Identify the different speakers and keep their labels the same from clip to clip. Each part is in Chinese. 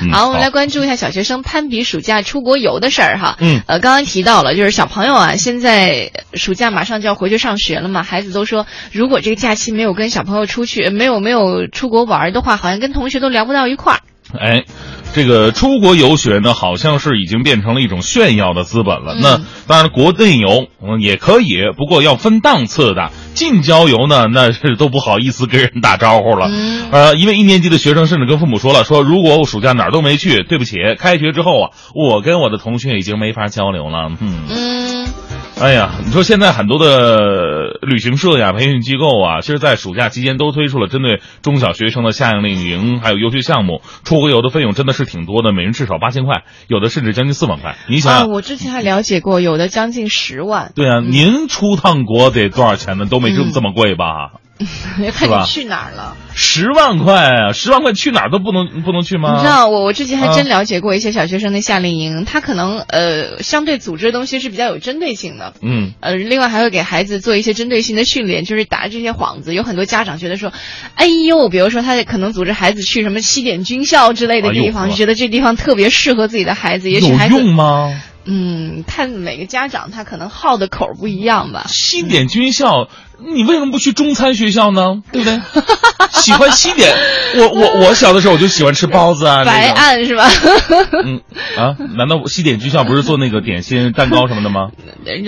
Speaker 1: 嗯
Speaker 2: 好，我们
Speaker 1: 好
Speaker 2: 来关注一下小学生攀比暑假出国游的事儿哈。
Speaker 1: 嗯
Speaker 2: 呃，刚刚提到了，就是小朋友啊，现在暑假马上就要回去上学了嘛，孩子都说，如果这个假期没有跟小朋友出去，没有没有出国玩儿的话，好像跟同学都聊不到一块儿。
Speaker 1: 哎，这个出国游学呢，好像是已经变成了一种炫耀的资本了。
Speaker 2: 嗯
Speaker 1: 那当然，国内游嗯也可以，不过要分档次的。近郊游呢，那是都不好意思跟人打招呼了。
Speaker 2: 嗯
Speaker 1: 呃，因为一年级的学生甚至跟父母说了，说如果我暑假哪儿都没去，对不起，开学之后啊，我跟我的同学已经没法交流了。嗯。
Speaker 2: 嗯，
Speaker 1: 哎呀，你说现在很多的旅行社呀、培训机构啊，其实，在暑假期间都推出了针对中小学生的夏令营，还有游学项目。出国游的费用真的是挺多的，每人至少八千块，有的甚至将近四万块。你想
Speaker 2: 啊，
Speaker 1: 想，
Speaker 2: 我之前还了解过，有的将近十万，
Speaker 1: 对啊，您出趟国得多少钱呢？都没这么
Speaker 2: 嗯
Speaker 1: 这么贵吧？
Speaker 2: 看
Speaker 1: 吧
Speaker 2: 你去哪儿了。
Speaker 1: 十万块，啊十万块去哪儿都不能不能去吗？
Speaker 2: 你知道，我我之前还
Speaker 1: 啊
Speaker 2: 真了解过一些小学生的夏令营，他可能呃相对组织的东西是比较有针对性的。
Speaker 1: 嗯，
Speaker 2: 呃，另外还会给孩子做一些针对性的训练，就是打这些幌子。有很多家长觉得说，哎呦，比如说他可能组织孩子去什么西点军校之类的
Speaker 1: 哎呦
Speaker 2: 地方，
Speaker 1: 呵
Speaker 2: 就觉得这地方特别适合自己的孩子。也许
Speaker 1: 有
Speaker 2: 孩子，
Speaker 1: 用啊吗？
Speaker 2: 嗯，看每个家长他可能好的口儿不一样吧。
Speaker 1: 西点军校，你为什么不去中餐学校呢？对不对？喜欢西点，我我我小的时候我就喜欢吃包子啊，
Speaker 2: 白
Speaker 1: 那
Speaker 2: 案是吧？
Speaker 1: 种。嗯啊，难道西点军校不是做那个点心、蛋糕什么的吗？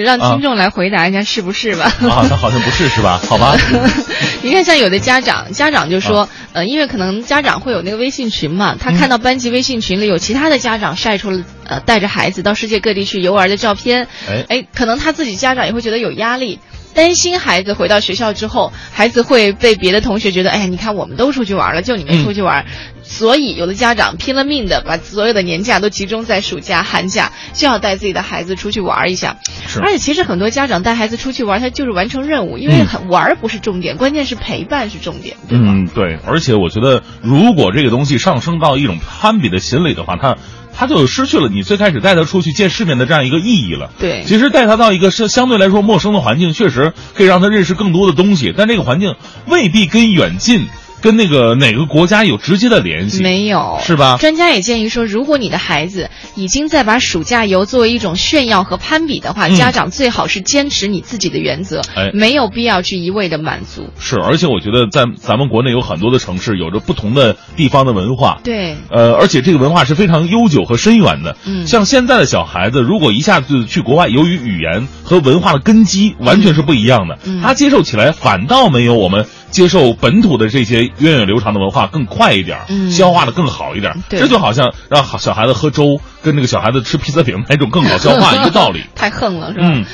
Speaker 2: 让听众来回答一下是不是吧？
Speaker 1: 啊，那好像不是是吧？好吧， 啊
Speaker 2: 你看，像有的家长，家长就说，呃，因为可能家长会有那个微信群嘛，
Speaker 1: 嗯
Speaker 2: 他看到班级微信群里有其他的家长晒出了呃带着孩子到世界各地去游玩的照片，
Speaker 1: 哎
Speaker 2: 哎，可能他自己家长也会觉得有压力。担心孩子回到学校之后，孩子会被别的同学觉得，哎呀，你看我们都出去玩了，就你没
Speaker 1: 嗯
Speaker 2: 出去玩，所以有的家长拼了命的把所有的年假都集中在暑假、寒假，就要带自己的孩子出去玩一下。
Speaker 1: 是
Speaker 2: 而且其实很多家长带孩子出去玩，他就是完成任务，因为
Speaker 1: 嗯
Speaker 2: 很玩儿不是重点，关键是陪伴是重点，对吧？
Speaker 1: 嗯，对，而且我觉得，如果这个东西上升到一种攀比的心理的话，它它就失去了你最开始带他出去见世面的这样一个意义了。
Speaker 2: 对
Speaker 1: 其实带他到一个是相对来说陌生的环境，确实可以让他认识更多的东西，但这个环境未必跟远近、跟那个哪个国家有直接的联系。
Speaker 2: 没有，
Speaker 1: 是吧
Speaker 2: 专家也建议说，如果你的孩子已经在把暑假游作为一种炫耀和攀比的话，
Speaker 1: 嗯
Speaker 2: 家长最好是坚持你自己的原则，
Speaker 1: 哎
Speaker 2: 没有必要去一味的满足。
Speaker 1: 是，而且我觉得在咱们国内有很多的城市，有着不同的地方的文化。
Speaker 2: 对，
Speaker 1: 呃，而且这个文化是非常悠久和深远的。
Speaker 2: 嗯
Speaker 1: 像现在的小孩子，如果一下子去国外，由于语言和文化的根基完全是不一样的，
Speaker 2: 嗯
Speaker 1: 他接受起来反倒没有我们接受本土的这些源远流长的文化更快一点儿，
Speaker 2: 嗯
Speaker 1: 消化的更好一点儿。
Speaker 2: 对
Speaker 1: 这就好像让
Speaker 2: 。
Speaker 1: 小孩子喝粥，跟那个小孩子吃披萨饼那种更好消化一个道理
Speaker 2: 太横了，是吧？
Speaker 1: 嗯。